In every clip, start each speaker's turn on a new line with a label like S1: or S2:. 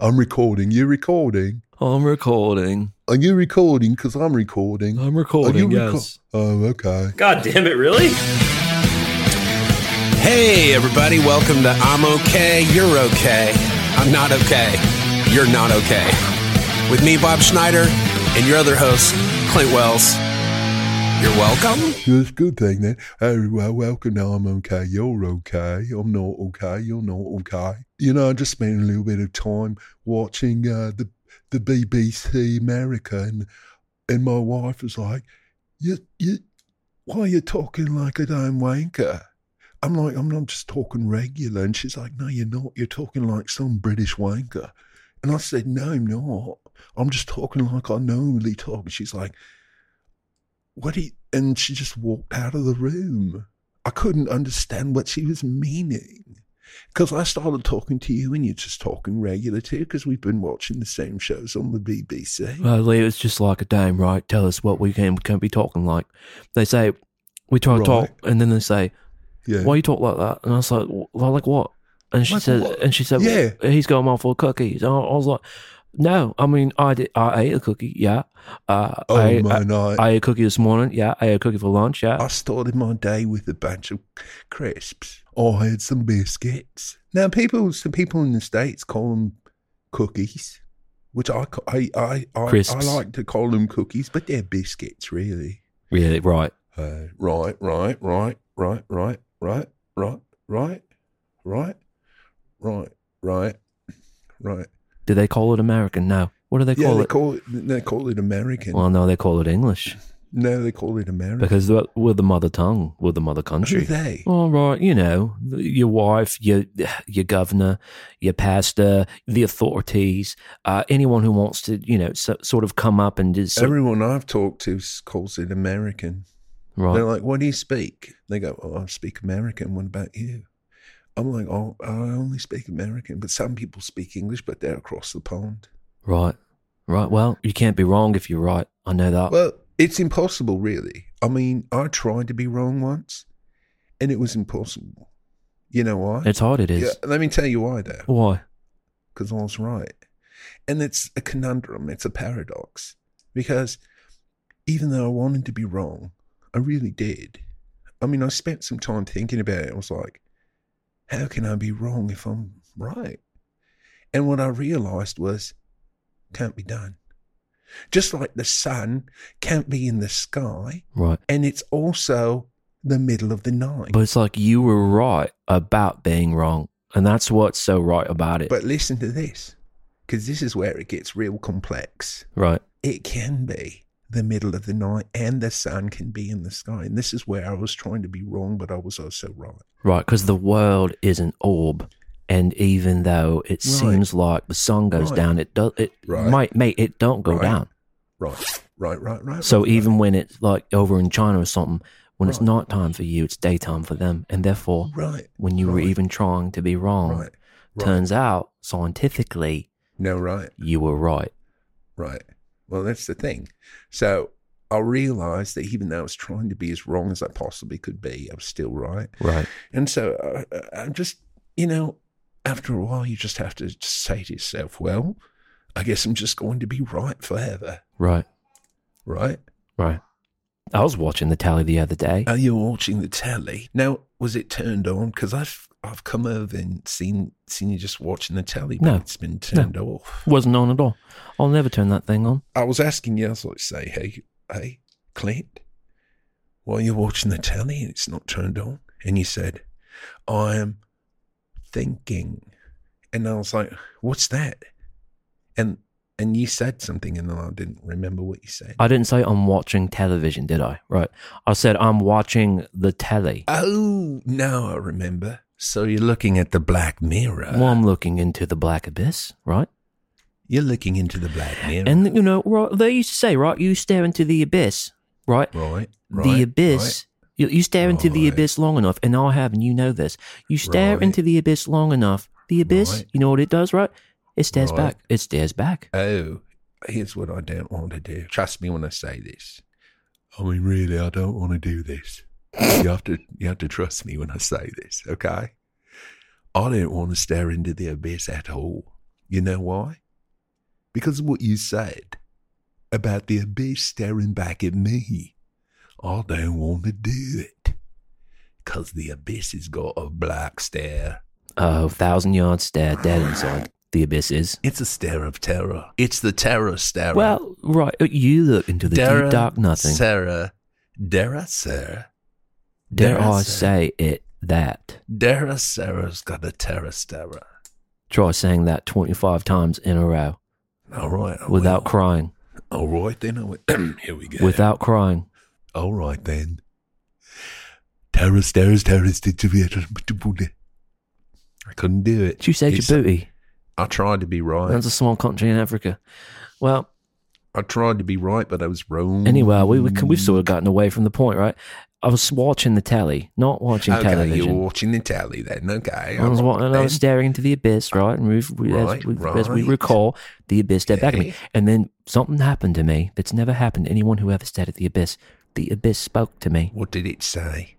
S1: I'm recording. You're recording.
S2: I'm recording.
S1: Are you recording? Because I'm recording.
S2: I'm
S1: Are you
S2: recording.
S1: reco-
S2: yes.
S1: Oh, okay.
S3: God damn it, really?
S4: Hey, everybody, welcome to I'm Okay, You're Okay. I'm Not Okay, You're Not Okay. With me, Bob Schneider, and your other host, Clint Wells. You're welcome.
S1: That's a good thing then. Hey, well, welcome. Now I'm okay. You're okay. I'm not okay. You're not okay. You know, I just spent a little bit of time watching uh, the the BBC America, and and my wife was like, "You you, why are you talking like a damn wanker?" I'm like, "I'm not just talking regular," and she's like, "No, you're not. You're talking like some British wanker." And I said, "No, I'm not. I'm just talking like I normally talk." And she's like what he and she just walked out of the room i couldn't understand what she was meaning because i started talking to you and you're just talking regular too because we've been watching the same shows on the bbc
S2: Well, Lee, it's just like a dame, right? Tell us what we can can be talking like. They say we try to talk, and then they say,
S1: yeah
S2: "Why you talk like that?" And I was like, "Wh- "Like what?" And she
S1: Like
S2: said,
S1: what?
S2: "And she said,
S1: Yeah.
S2: he's going off for cookies." And I, I was like, "No, I mean, I did. I ate a cookie. Yeah, uh,
S1: oh
S2: I,
S1: man I, I,
S2: I ate a cookie this morning. Yeah, I ate a cookie for lunch. Yeah,
S1: started my day with a bunch of crisps i had some biscuits now people some people in the states call them cookies which i ca- i i, I, I
S2: Crisps.
S1: like to call them cookies but they're biscuits really
S2: yeah, right.
S1: Uh, right, right, right, right, right, right, right, right, right, right, right, right.
S2: Do they call it American? No. What do they
S1: Yeah,
S2: call
S1: they
S2: it?
S1: call it they call it American.
S2: well, no, they call it English
S1: no, they call it American.
S2: because we're, we're the mother tongue, we're the mother
S1: Who
S2: country.
S1: they?
S2: All right, you know, th- your wife, your your governor, your pastor, the authorities, uh, anyone who wants to, you know, so, sort of come up and just sort-
S1: Everyone I've talked to s- calls it American.
S2: right.
S1: They're like, "What do you speak?" They go, "Oh, I speak American. What about you?" I'm like, "Oh, I only speak American, but some people speak English, but they're across the pond."
S2: Right. Right. Well, you can't be wrong if you're right. I know that.
S1: Well, it's impossible, really. I mean, I tried to be wrong once, and it was impossible. You know why?
S2: it's hard. It is.
S1: Yeah, let me tell you why, though.
S2: Why?
S1: Because I was right, and it's a conundrum. It's a paradox because even though I wanted to be wrong, I really did. I mean, I spent some time thinking about it. I was like, how can I be wrong if I'm right? And what I realized was, can't be done. Just like the sun can't be in the sky,
S2: Right.
S1: and it's also the middle of the night.
S2: But it's like you were right about being wrong, and that's what's so right about it.
S1: But listen to this, because this is where it gets real complex.
S2: right.
S1: It can be the middle of the night, and the sun can be in the sky. And this is where I was trying to be wrong, but I was also right.
S2: Right, because the world is an orb, and even though it
S1: Right.
S2: seems like the sun goes
S1: Right.
S2: down, it does. It
S1: Right.
S2: might, mate, it don't go
S1: Right.
S2: down.
S1: Right, right, right, right.
S2: So
S1: right,
S2: even when it's like over in China or something, when it's
S1: Right.
S2: night time for you, it's daytime for them, and therefore,
S1: right,
S2: when you were
S1: Right.
S2: even trying to be wrong,
S1: right, right.
S2: Oh, turns out scientifically
S1: no, right,
S2: you were right.
S1: right. Well, that's the thing. So I realized that even though I was trying to be as wrong as I possibly could be, I was still right.
S2: Right.
S1: And so uh, I'm just, you know, after a while, you just have to just say to yourself, well, I guess I'm just going to be right forever,
S2: Right.
S1: right?
S2: Right. I was watching the tally the other day.
S1: Are you watching the telly? Now, was it turned on? Because I've, I've come over and seen, seen you just watching the telly, but
S2: No.
S1: it's been turned off.
S2: Wasn't on at all. I'll never turn that thing on.
S1: I was asking you, I was like, say, hey, hey, Clint, why are you watching the telly and it's not turned on? And you said, I am thinking. And I was like, what's that? And and you said something and I didn't remember what you said.
S2: I didn't say I'm watching television, did I? Right. I said I'm watching the telly.
S1: oh, now I remember. So you're looking at the black mirror.
S2: well, I'm looking into the black abyss, right?
S1: You're looking into the black mirror.
S2: And you know, right, they used to say, right, you stare into the abyss, right?
S1: right, right.
S2: the abyss. You, you stare into the
S1: Right.
S2: abyss long enough, and I have, and you know this. You stare
S1: Right.
S2: into the abyss long enough, the abyss.
S1: Right.
S2: You know what it does, right? It stares
S1: Right.
S2: back. It stares back.
S1: Oh, here's what I don't want to do. Trust me when I say this. I mean, really, I don't want to do this. You have to, you have to trust me when I say this, okay? I don't want to stare into the abyss at all.
S4: You know why? Because of what you said about the abyss staring back at me. I don't want to do it. Because the abyss has got a black stare.
S2: Oh, thousand yard stare dead inside the abyss is.
S4: It's a stare of terror. It's the terror stare.
S2: Well, right. You look into the deep dark nothing.
S4: Sarah. Dare I, Sarah?
S2: Dare I say it that?
S4: Dare I, Sarah's got a terror stare.
S2: Try saying that 25 times in a row
S4: All right.
S1: Oh,
S4: I
S2: without
S4: will.
S2: crying.
S4: All right, then. I will. Here we go.
S2: Without crying.
S4: All right, then. Terror stares, terror stares. I couldn't do it.
S2: Did you say
S4: It's-
S2: your booty?
S4: I tried to be right.
S2: That's a small country in Africa. Well,
S4: I tried to be right, but I was wrong.
S2: anyway, we, we, we've sort of gotten away from the point, right? I was watching the telly, not watching
S4: okay,
S2: television.
S4: you're watching the tally then. Okay,
S2: I was,
S4: all right
S2: wa- and I was
S4: then.
S2: staring into the abyss, right? And we've, we,
S4: Right,
S2: as, we, as we
S4: right.
S2: recall, the abyss stared back at me.
S4: Okay.
S2: And then something happened to me that's never happened to anyone who ever stared at the abyss. The abyss spoke to me.
S4: What did it say?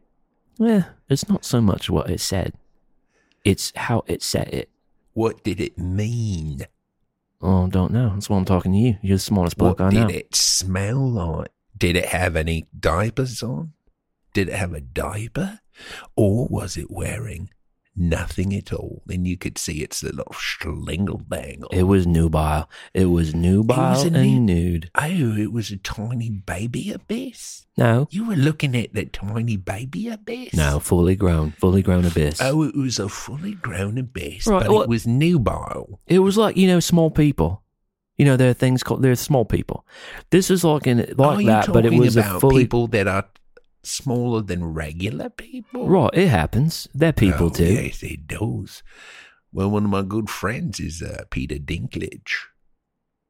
S2: Yeah, it's not so much what it said, it's how it said it.
S4: What did it mean?
S2: Oh, I don't know. That's why I'm talking to you. You're the smartest bloke
S4: What
S2: I
S4: did
S2: know.
S4: it smell like? Did it have any diapers on? Did it have a diaper? Or was it wearing nothing at all? And you could see its little schlingle dangle.
S2: It was nubile. It was nubile
S4: a
S2: and
S4: nu-
S2: nude.
S4: oh, it was a tiny baby abyss.
S2: No,
S4: You were looking at the tiny baby abyss.
S2: no, fully grown, fully grown abyss.
S4: Oh, it was a fully grown abyss,
S2: Right,
S4: but
S2: well-
S4: it was nubile.
S2: It was like you know, small people. You know, there are things called there are small people. This is like in
S4: Are
S2: like
S4: you
S2: that, but it
S4: talking
S2: was
S4: about
S2: a fully
S4: people that are smaller than regular people.
S2: right. It happens. They're people
S4: Oh,
S2: too.
S4: Yes, it does. Well, one of my good friends is uh, Peter Dinklage.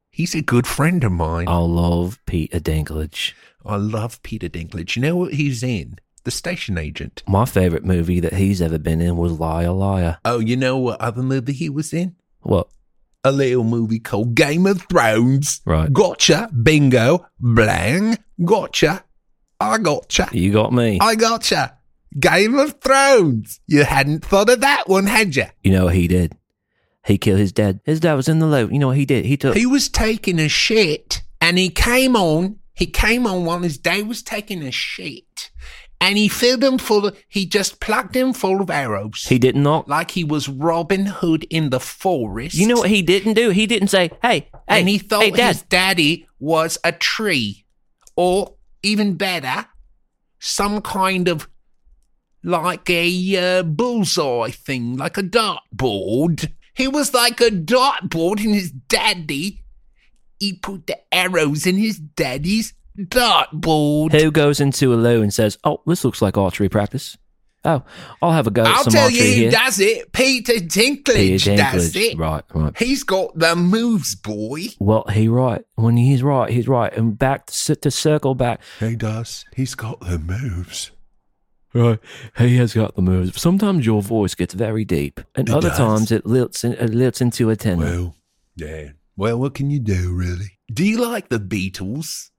S4: He's a good friend of mine.
S2: I love Peter Dinklage.
S4: I love Peter Dinklage. You know what he's in? The Station Agent.
S2: My favorite movie that he's ever been in was Liar Liar.
S4: Oh, you know what other movie he was in?
S2: What?
S4: A little movie called Game of Thrones.
S2: Right.
S4: Gotcha. Bingo. Blang. Gotcha. I gotcha.
S2: You got me.
S4: I gotcha. Game of Thrones. You hadn't thought of that one, had you?
S2: you know what he did? He killed his dad. His dad was in the loop. You know what he did? He took.
S4: He was taking a shit and he came on. He came on while his day was taking a shit and he filled him full of, he just plugged him full of arrows.
S2: He did not.
S4: like he was Robin Hood in the forest.
S2: You know what he didn't do? He didn't say, "Hey, hey,
S4: and he thought
S2: hey, dad,
S4: his daddy was a tree or even better, some kind of like a uh, bullseye thing, like a dartboard. He was like a dartboard, and his daddy, he put the arrows in his daddy's dartboard.
S2: Who goes into a loo and says, "Oh, this looks like archery practice. Oh, I'll have a go at
S4: I'll
S2: some
S4: tell
S2: archery
S4: you who
S2: here."
S4: does it. Peter Dinklage,
S2: Peter
S4: does
S2: Dinklage.
S4: it.
S2: Right, right.
S4: He's got the moves, boy.
S2: Well, he right. When he's right, he's right. And back to, cir- to circle back.
S4: He does. He's got the moves.
S2: Right, he has got the moves. Sometimes your voice gets very deep, and
S4: It
S2: other
S4: does.
S2: times it lilts, in, it lilts into a tenor.
S4: Well, yeah. Well, what can you do, really? Do you like the Beatles?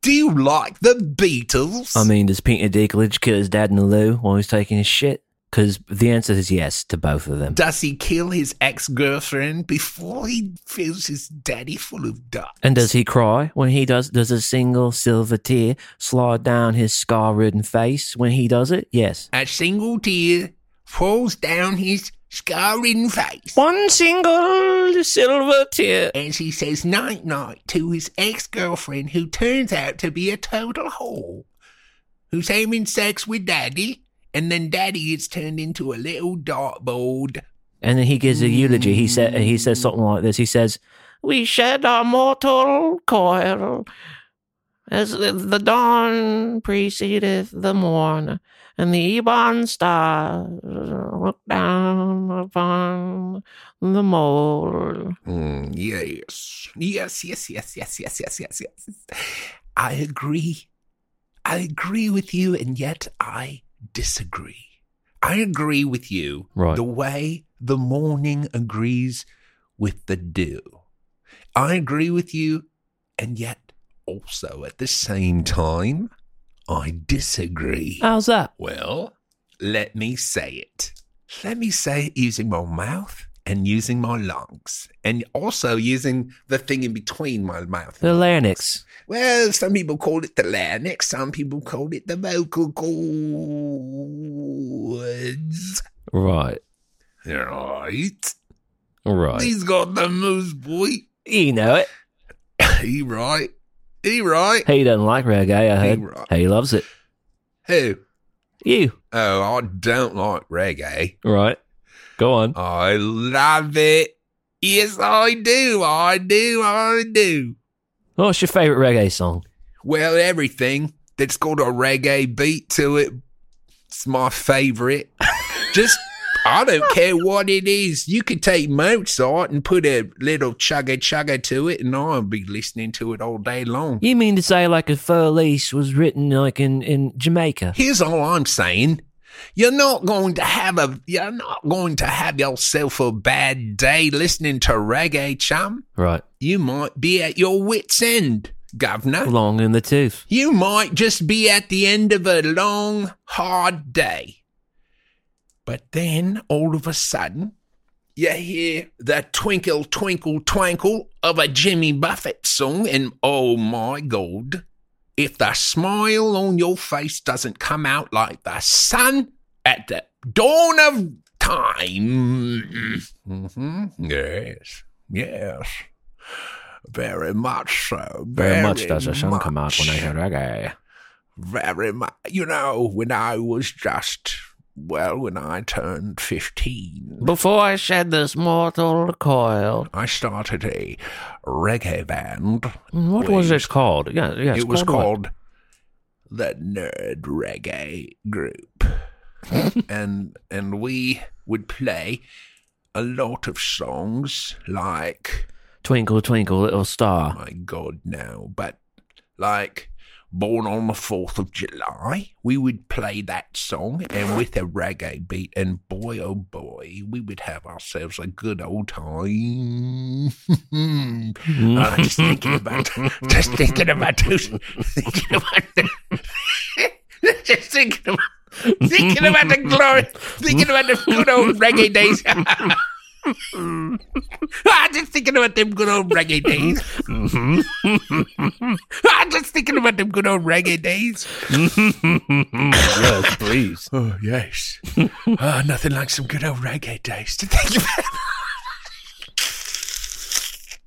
S4: Do you like the Beatles?
S2: I mean, does Peter Dinklage kill his dad in the loo while he's taking his shit? Because the answer is yes to both of them.
S4: does he kill his ex girlfriend before he fills his daddy full of dust?
S2: And does he cry when he does? Does a single silver tear slide down his scar-ridden face when he does it? Yes.
S4: A single tear falls down his scar ridden face
S2: One single silver tear.
S4: as he says night night to his ex girlfriend, who turns out to be a total whore, who's having sex with daddy, and then daddy is turned into a little dartboard.
S2: And then he gives a eulogy. He said he says something like this. He says, "We shed our mortal coil as the dawn precedeth the morn, and the ebon stars look down upon the mole."
S4: Mm, yes. Yes, yes, yes, yes, yes, yes, yes, yes. I agree. I agree with you, and yet I disagree. I agree with you
S2: Right.
S4: the way the morning agrees with the dew. I agree with you, and yet also at the same time, I disagree.
S2: How's that?
S4: Well, let me say it. Let me say it using my mouth
S1: and using my lungs and also using the thing in between my mouth.
S2: The larynx.
S1: Well, some people call it the larynx, some people call it the vocal cords.
S2: Right.
S1: Right.
S2: Right.
S1: He's got the moose, boy.
S2: You know it.
S1: He right. He right.
S2: He doesn't like reggae, I
S1: He
S2: heard.
S1: right.
S2: He loves it.
S1: Who?
S2: You.
S1: Oh, I don't like reggae.
S2: Right. Go on.
S1: I love it. Yes, I do. I do. I do.
S2: What's your favorite reggae song?
S1: Well, everything that's got a reggae beat to it. It's my favorite. Just, I don't care what it is. You could take Mozart and put a little chugga chugga to it, and I'll be listening to it all day long.
S2: You mean to say like a Furlise was written like in, in Jamaica?
S1: Here's all I'm saying. You're not going to have a you're not going to have yourself a bad day listening to reggae, chum.
S2: Right.
S1: You might be at your wits end, governor.
S2: Long in the tooth.
S1: You might just be at the end of a long, hard day. But then, all of a sudden, you hear the twinkle, twinkle, twinkle of a Jimmy Buffett song, and oh my God, if the smile on your face doesn't come out like the sun at the dawn of time. hmm Yes, yes. Very much so.
S2: Very, much does the sun come out when I
S1: much
S2: hear reggae.
S1: very much. You know, when I was just, well, when I turned 15,
S2: Before I shed this mortal coil.
S1: I started a reggae band.
S2: Mm, What was this called? Yeah, yeah it's
S1: it was
S2: what?
S1: called the Nerd Reggae Group. and and we would play a lot of songs like
S2: Twinkle Twinkle Little Star.
S1: my god now, but like Born on the 4th of July, we would play that song and with a reggae beat, and boy oh boy, we would have ourselves a good old time. Oh, just thinking about, just thinking about those, thinking about, the, just thinking about, thinking about the glory, thinking about the good old reggae days. Ah, just thinking about them good old reggae days. Ah, just thinking about them good old reggae days.
S2: yes, please.
S1: Oh yes. Ah, nothing like some good old reggae days to think about.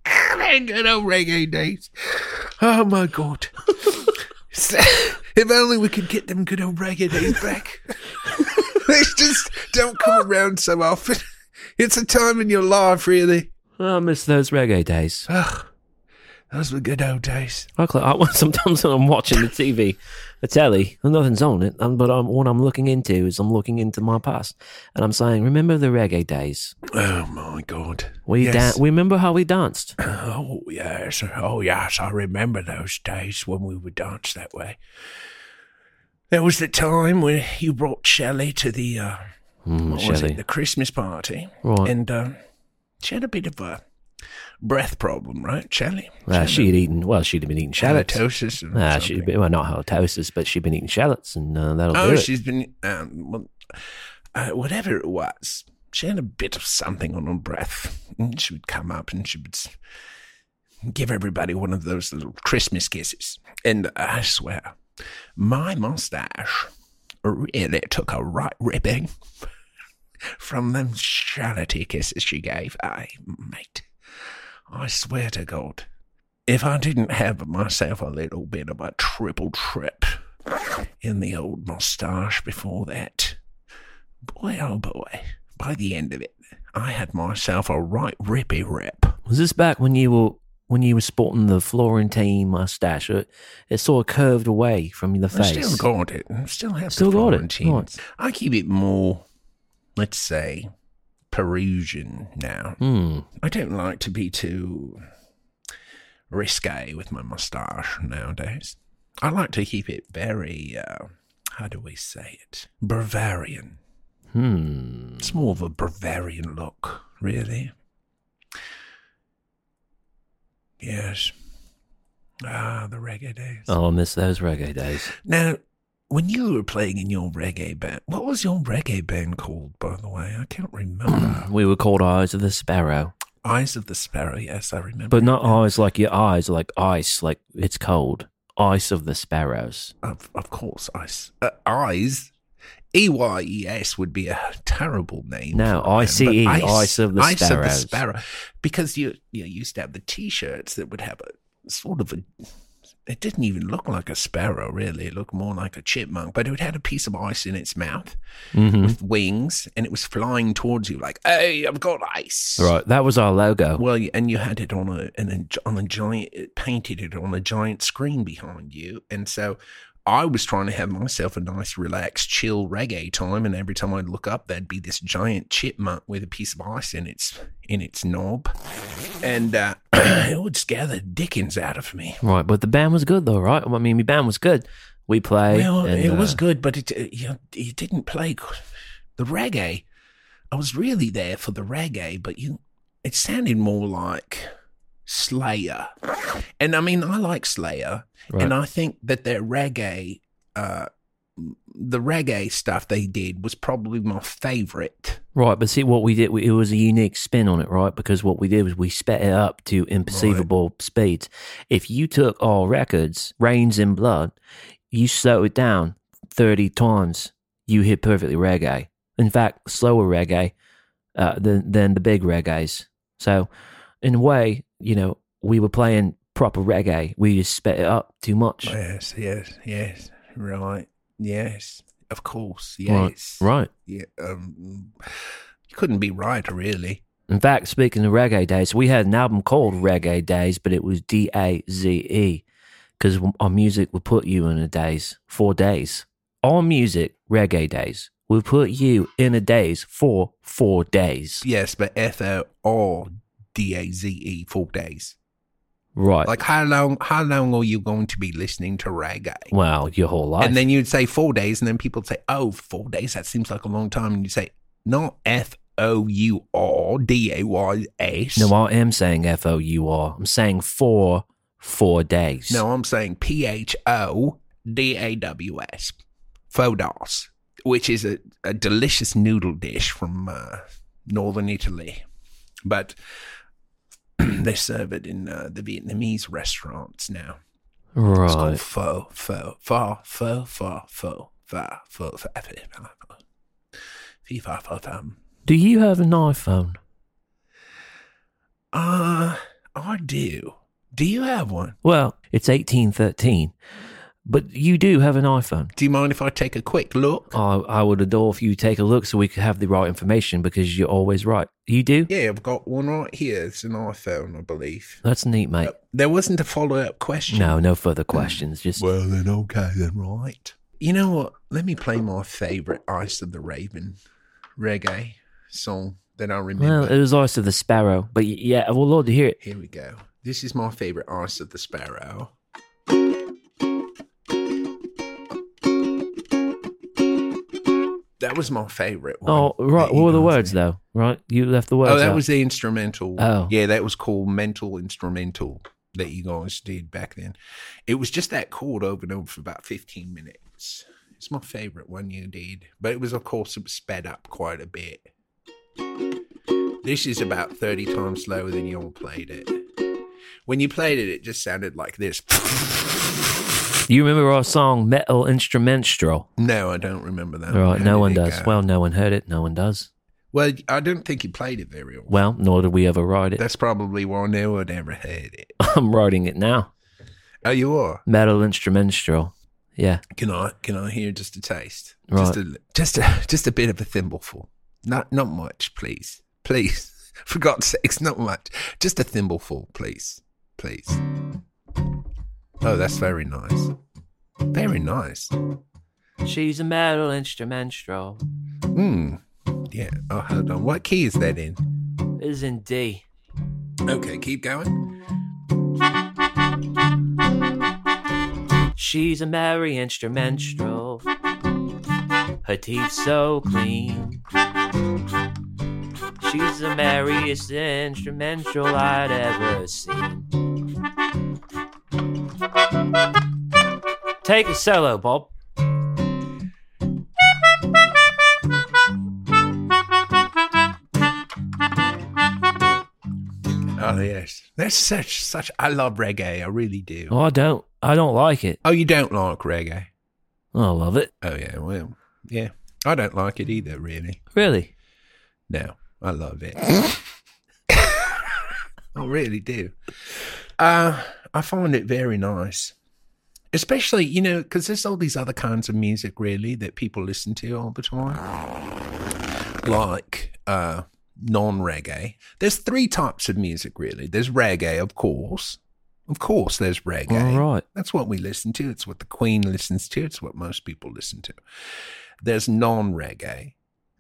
S1: Ah, them good old reggae days. Oh my god. if only we could get them good old reggae days back. they just don't come around so often. It's a time in your life, really.
S2: I miss those reggae days.
S1: Ugh, those were good old days.
S2: I, cl- I sometimes when I'm watching the TV, the telly, and nothing's on it. um, But I'm, what I'm looking into is I'm looking into my past, and I'm saying, remember the reggae days?
S1: Oh my god.
S2: We
S1: Yes.
S2: da- we remember how we danced.
S1: Oh yes, oh yes, I remember those days when we would dance that way. There was the time when you brought Shelley to the uh,
S2: Mm,
S1: what was
S2: Shelley.
S1: it, the Christmas party,
S2: Right.
S1: and uh, she had a bit of a breath problem, right, Shelley?
S2: Uh, she'd eaten. Well, she'd have been eating shallots.
S1: Halitosis. and
S2: Ah,
S1: something.
S2: she'd been, well, not halitosis, but she'd been eating shallots, and uh, that'll
S1: Oh,
S2: do it.
S1: she's been um, well, uh, whatever it was. She had a bit of something on her breath. And she would come up and she would s- give everybody one of those little Christmas kisses. And I swear, my mustache really took a right ripping from them charity kisses she gave. I, mate, I swear to God, if I didn't have myself a little bit of a triple trip in the old moustache before that. Boy, oh boy, by the end of it, I had myself a right rippy rip.
S2: Was this back when you were when you were sporting the Florentine mustache? It, it sort of curved away from the
S1: I
S2: face.
S1: still got it. I still have
S2: Still
S1: the
S2: got it,
S1: Florentine.
S2: right.
S1: I keep it more, let's say, Peruvian now.
S2: Hmm.
S1: I don't like to be too risque with my moustache nowadays. I like to keep it very, uh, how do we say it? Bavarian.
S2: Hmm.
S1: It's more of a Bavarian look, really. Yes. Ah, the reggae days.
S2: Oh, I miss those reggae days.
S1: Now, when you were playing in your reggae band, what was your reggae band called, by the way? I can't remember.
S2: We were called Eyes of the Sparrow,
S1: Eyes of the Sparrow. Yes, I remember.
S2: but not eyes like your eyes, like ice, like it's cold. Ice of the Sparrows.
S1: Of, of course, ice. Uh, eyes. E Y E S would be a terrible name.
S2: No,
S1: for a band,
S2: ICE,
S1: but
S2: Ice of the
S1: Ice of the
S2: Sparrows.
S1: Sparrow. Because you, you used to have the t shirts that would have a sort of a. It didn't even look like a sparrow, really. It looked more like a chipmunk, but it had a piece of ice in its mouth
S2: Mm-hmm.
S1: with wings and it was flying towards you like, hey, I've got ice.
S2: Right, that was our logo.
S1: Well, and you had it on a and a, on a giant it painted it on a giant screen behind you, and so I was trying to have myself a nice, relaxed, chill reggae time, and every time I'd look up, there'd be this giant chipmunk with a piece of ice in its in its knob, and uh, it would scare the dickens out of me.
S2: Right, but the band was good though, right? I mean, my band was good. We played.
S1: Well,
S2: and,
S1: it
S2: uh,
S1: was good, but it it- you, know, you didn't play g- the reggae. I was really there for the reggae, but you it sounded more like Slayer. And I mean, I like Slayer,
S2: Right.
S1: and I think that their reggae, uh, the reggae stuff they did was probably my favorite.
S2: Right, but see what we did. We, it was a unique spin on it, right? Because what we did was we sped it up to imperceivable speeds. If you took our records, "Rains in Blood," you slow it down thirty times, you hit perfectly reggae. In fact, slower reggae uh, than than the big reggae's. So, in a way, you know, we were playing proper reggae. We just sped it up too much.
S1: Yes, yes, yes. Right. Yes. Of course.
S2: Right, Right.
S1: Yeah. Um, you couldn't be right, really.
S2: In fact, speaking of Reggae Days, we had an album called Reggae Days, but it was D A Z E because our music would put you in a daze, four days. Our music, Reggae Days, will put you in a daze for four days.
S1: Yes, but F L R D A Z E four days.
S2: Right.
S1: Like how long? How long are you going to be listening to reggae?
S2: well, your whole life.
S1: And then you'd say four days, and then people would say, "Oh, four days. That seems like a long time." And you say, "Not F O U R D A Y S."
S2: no, I am saying F O U R. I'm saying for four days.
S1: No, I'm saying P H O D A W S, Fodos, which is a, a delicious noodle dish from uh, northern Italy. But they serve it in uh, the Vietnamese restaurants now. It's
S2: Right.
S1: called pho, pho, pho, pho, pho, pho, pho, pho, pho, pho, pho, pho. Fee, fa, fa, fum.
S2: Do you have an iPhone?
S1: Uh, I do. Do you have one?
S2: Well, it's 1813, but you do have an iPhone.
S1: Do you mind if I take a quick look?
S2: I, I would adore if you take a look so we could have the right information because you're always right. You do?
S1: Yeah, I've got one right here. It's an iPhone, I believe.
S2: That's neat, mate.
S1: There wasn't a follow up question.
S2: No, no further questions. Just
S4: Well, then, okay, then, right.
S1: Right. You know what? Let me play my favorite Ice of the Raven reggae song that I remember.
S2: well, it was Ice of the Sparrow, but y- yeah, I would love to hear it.
S1: Here we go. This is my favorite Ice of the Sparrow. That was my favorite one.
S2: Oh, right.
S1: that you
S2: What were the
S1: guys
S2: words
S1: made.
S2: though? Right, you left the words.
S1: Oh, that
S2: out.
S1: was the instrumental.
S2: Oh.
S1: Yeah, that was called Mental Instrumental that you guys did back then. It was just that chord over and over for about 15 minutes. It's my favorite one you did, but it was, of course, it was sped up quite a bit. This is about 30 times slower than you all played it. When you played it, it just sounded like this.
S2: You remember our song Metal Instrumental?
S1: No, I don't remember that.
S2: All right,
S1: How
S2: no
S1: did
S2: one
S1: it
S2: does.
S1: Oh, go?
S2: Well, no one heard it. No one does.
S1: well, I don't think you played it very well.
S2: Well, nor did we ever write it.
S1: That's probably why no one ever heard it.
S2: I'm writing it now.
S1: Oh, you are.
S2: Metal Instrumental. Yeah.
S1: Can I can I hear just a taste?
S2: Right.
S1: Just a just a just a bit of a thimbleful. Not not much, please. Please. For God's sakes, not much. Just a thimbleful, please. Please. Oh, that's very nice. Very nice.
S2: She's a metal instrumental.
S1: Hmm. Yeah. Oh, hold on. What key is that in?
S2: Is in D.
S1: Okay, keep going.
S2: She's a merry instrumental. Her teeth so clean. She's the merriest instrumental I'd ever seen. Take a solo, Bob.
S1: Oh yes, that's such such. I love reggae. I really do.
S2: Oh, I don't. I don't like it.
S1: Oh, you don't like reggae?
S2: I love it.
S1: Oh yeah, well, yeah. I don't like it either, really.
S2: Really?
S1: No, I love it. I really do. Uh, I find it very nice. Especially, you know, because there's all these other kinds of music, really, that people listen to all the time. Like uh, non reggae. There's three types of music, really. There's reggae, of course. Of course, there's reggae.
S2: All right.
S1: That's what we listen to. It's what the Queen listens to. It's what most people listen to. There's non reggae.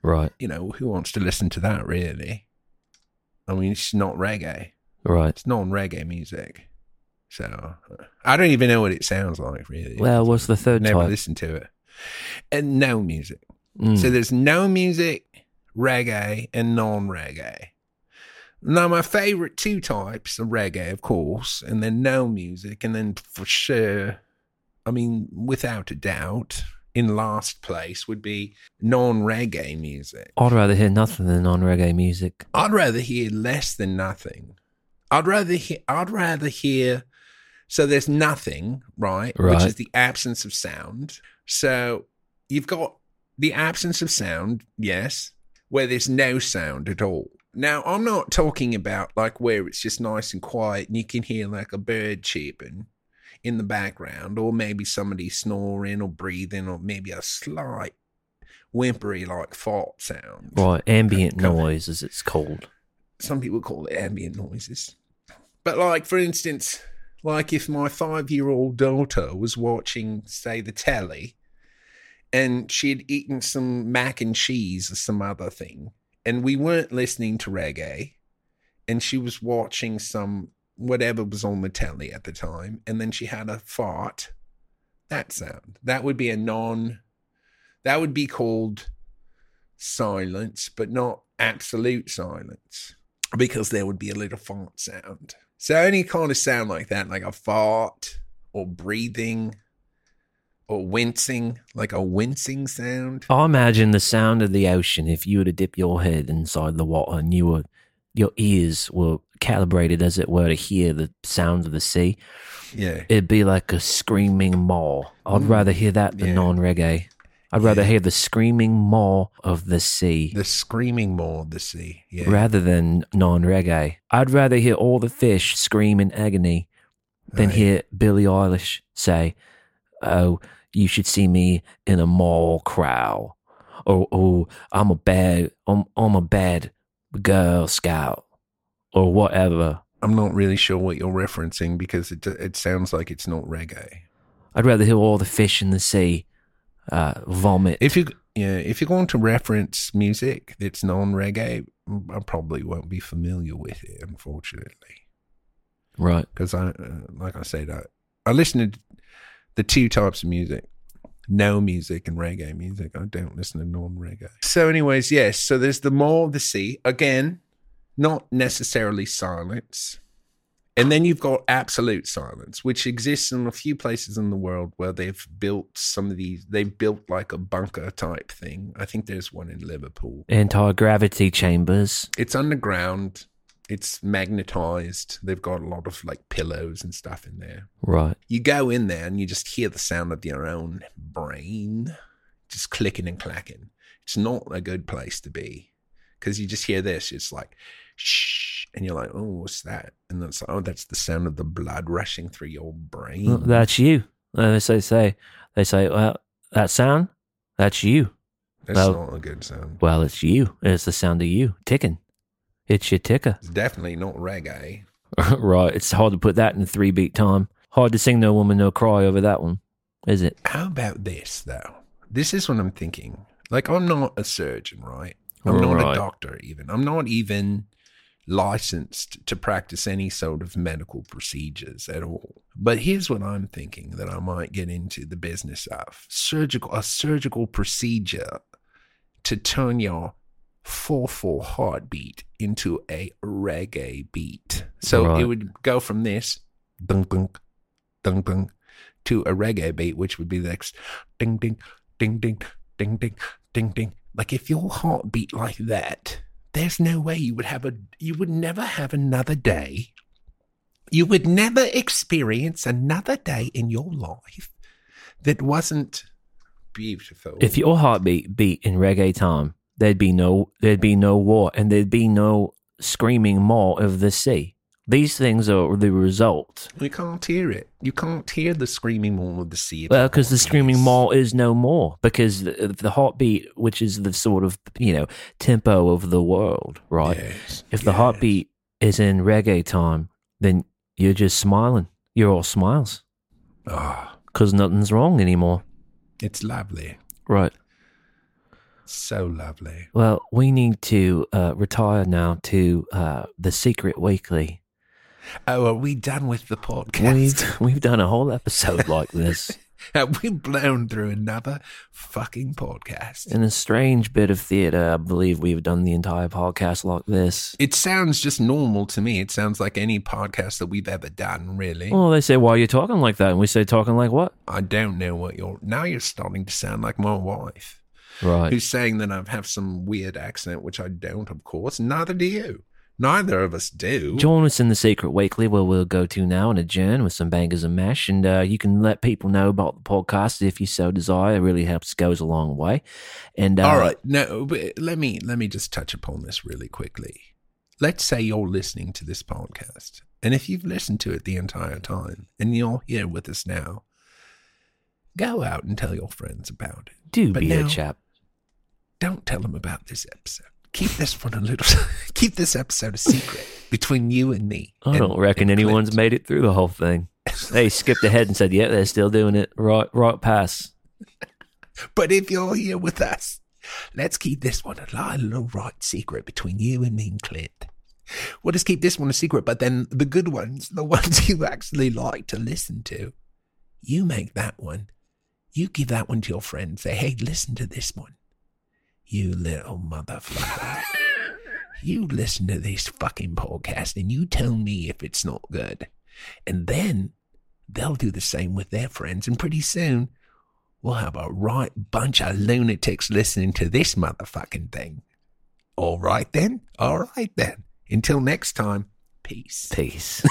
S2: Right.
S1: You know, who wants to listen to that, really? I mean, it's not reggae,
S2: Right.
S1: it's non reggae music. So I don't even know what it sounds like, really.
S2: Well, what's the third
S1: never
S2: type?
S1: listened to it. And no music.
S2: Mm.
S1: So there's no music, reggae, and non reggae. Now, my favorite two types are reggae, of course, and then no music, and then for sure, I mean, without a doubt, in last place would be non reggae music.
S2: I'd rather hear nothing than non-reggae music.
S1: I'd rather hear less than nothing. I'd rather hear. I'd rather hear. So there's nothing, right? Which
S2: Right.
S1: is the absence of sound. So you've got the absence of sound, yes, where there's no sound at all. Now I'm not talking about like where it's just nice and quiet and you can hear like a bird chirping in the background, or maybe somebody snoring or breathing, or maybe a slight whimpery like fart sound
S2: Right. Ambient
S1: Come on.
S2: noise, as it's called.
S1: some people call it ambient noises. But like for instance, like if my five year old daughter was watching, say, the telly and she had eaten some mac and cheese or some other thing, and we weren't listening to reggae, and she was watching some whatever was on the telly at the time, and then she had a fart, that sound. That would be a non that would be called silence, but not absolute silence, because there would be a little fart sound. So any kind of sound like that, like a fart or breathing or wincing, like a wincing sound.
S2: I imagine the sound of the ocean if you were to dip your head inside the water and you were, your ears were calibrated, as it were, to hear the sound of the sea.
S1: Yeah.
S2: It'd be like a screaming maw. I'd
S1: Mm.
S2: rather hear that than
S1: Yeah.
S2: non-reggae. I'd rather
S1: Yeah.
S2: hear the screaming maw of the sea
S1: The screaming more of the sea. Yeah.
S2: rather than non-reggae. I'd rather hear all the fish scream in agony than
S1: Right.
S2: hear Billie Eilish say, "Oh, you should see me in a mall crow," or "Oh, I'm a bad, I'm, I'm a bad girl scout," or whatever.
S1: I'm not really sure what you're referencing because it it sounds like it's not reggae.
S2: I'd rather hear all the fish in the sea uh, vomit.
S1: If you yeah, if you're going to reference music that's non-reggae, I probably won't be familiar with it, unfortunately.
S2: right.
S1: because I, uh, like I said, I, I listen to the two types of music, no music and reggae music. I don't listen to non-reggae. So, anyways, yes. So there's the more of the sea again, not necessarily silence, and then you've got absolute silence, which exists in a few places in the world where they've built some of these. They've built like a bunker type thing. I think there's one in Liverpool.
S2: Anti-gravity chambers.
S1: It's underground. It's magnetized. They've got a lot of like pillows and stuff in there.
S2: Right.
S1: You go in there and you just hear the sound of your own brain just clicking and clacking. It's not a good place to be because you just hear this. It's like, shh. And you're like, oh, what's that? And that's, oh, that's the sound of the blood rushing through your
S2: Well,
S1: brain.
S2: that's you. Uh, They say, say, they say, well, that sound, that's you.
S1: that's
S2: well-
S1: not a good sound.
S2: Well, it's you. It's the sound of you ticking. It's your ticker.
S1: It's definitely not reggae.
S2: right. It's hard to put that in three beat time. Hard to sing No Woman, No Cry over that one, is it?
S1: How about this, though? This is what I'm thinking. Like, I'm not a surgeon, right? I'm not a
S2: Right.
S1: doctor, even. I'm not even licensed to practice any sort of medical procedures at all. But here's what I'm thinking that I might get into the business of surgical, a surgical procedure to turn your 4 4 heartbeat into a reggae beat. So it
S2: Right.
S1: would go from this dunk dunk dunk dunk to a reggae beat, which would be the next ding ding ding ding ding ding ding ding. Like if your heart beat like that, there's no way you would have a you would never have another day you would never experience another day in your life that wasn't beautiful
S2: If your heartbeat beat in reggae time, there'd be no there'd be no war and there'd be no screaming maw of the sea. These things are the result.
S1: you can't hear it you can't hear the screaming wall of the sea
S2: Well, because the screaming maw is no more because the, the heartbeat, which is the sort of you know tempo of the world, right?
S1: Yes,
S2: if the
S1: yes.
S2: heartbeat is in reggae time, then you're just smiling. You're all smiles
S1: Ah,
S2: because nothing's wrong anymore,
S1: it's lovely
S2: right?
S1: so lovely
S2: Well, we need to uh, retire now to uh, the Secret Weekly.
S1: oh are we done with the podcast
S2: We've we've done a whole episode like this.
S1: have we blown through another fucking podcast
S2: In a strange bit of theater, I believe we've done the entire podcast like this.
S1: it sounds just normal to me it sounds like any podcast that we've ever done really
S2: Well, they say, why are you talking like that? And we say, talking like what?
S1: I don't know what you're. Now you're starting to sound like my wife,
S2: Right.
S1: who's saying that I have some weird accent, which I don't, of course. Neither do you. Neither of us do.
S2: Join us in the Secret Weekly, where we'll go to now and adjourn with some bangers and mash. And uh, you can let people know about the podcast if you so desire. It really helps, goes a long way. And uh,
S1: All right, no, but let me let me just touch upon this really quickly. Let's say you're listening to this podcast, and if you've listened to it the entire time, and you're here with us now, go out and tell your friends about it.
S2: do
S1: But
S2: be
S1: now-
S2: a chap.
S1: Don't tell them about this episode. Keep this one a little. keep this episode a secret between you and me.
S2: I
S1: and-
S2: don't reckon
S1: and Clint.
S2: anyone's made it through the whole thing. they skipped ahead and said, "Yeah, they're still doing it." Right, right pass.
S1: But if you're here with us, let's keep this one a li- little right secret between you and me and Clint. We'll just keep this one a secret, but then the good ones, the ones you actually like to listen to, you make that one. You give that one to your friend. Say, hey, listen to this one. You little motherfucker. you listen to this fucking podcast and you tell me if it's not good. And then they'll do the same with their friends. And pretty soon, we'll have a right bunch of lunatics listening to this motherfucking thing. All right then. All right then. Until next time, peace.
S2: Peace.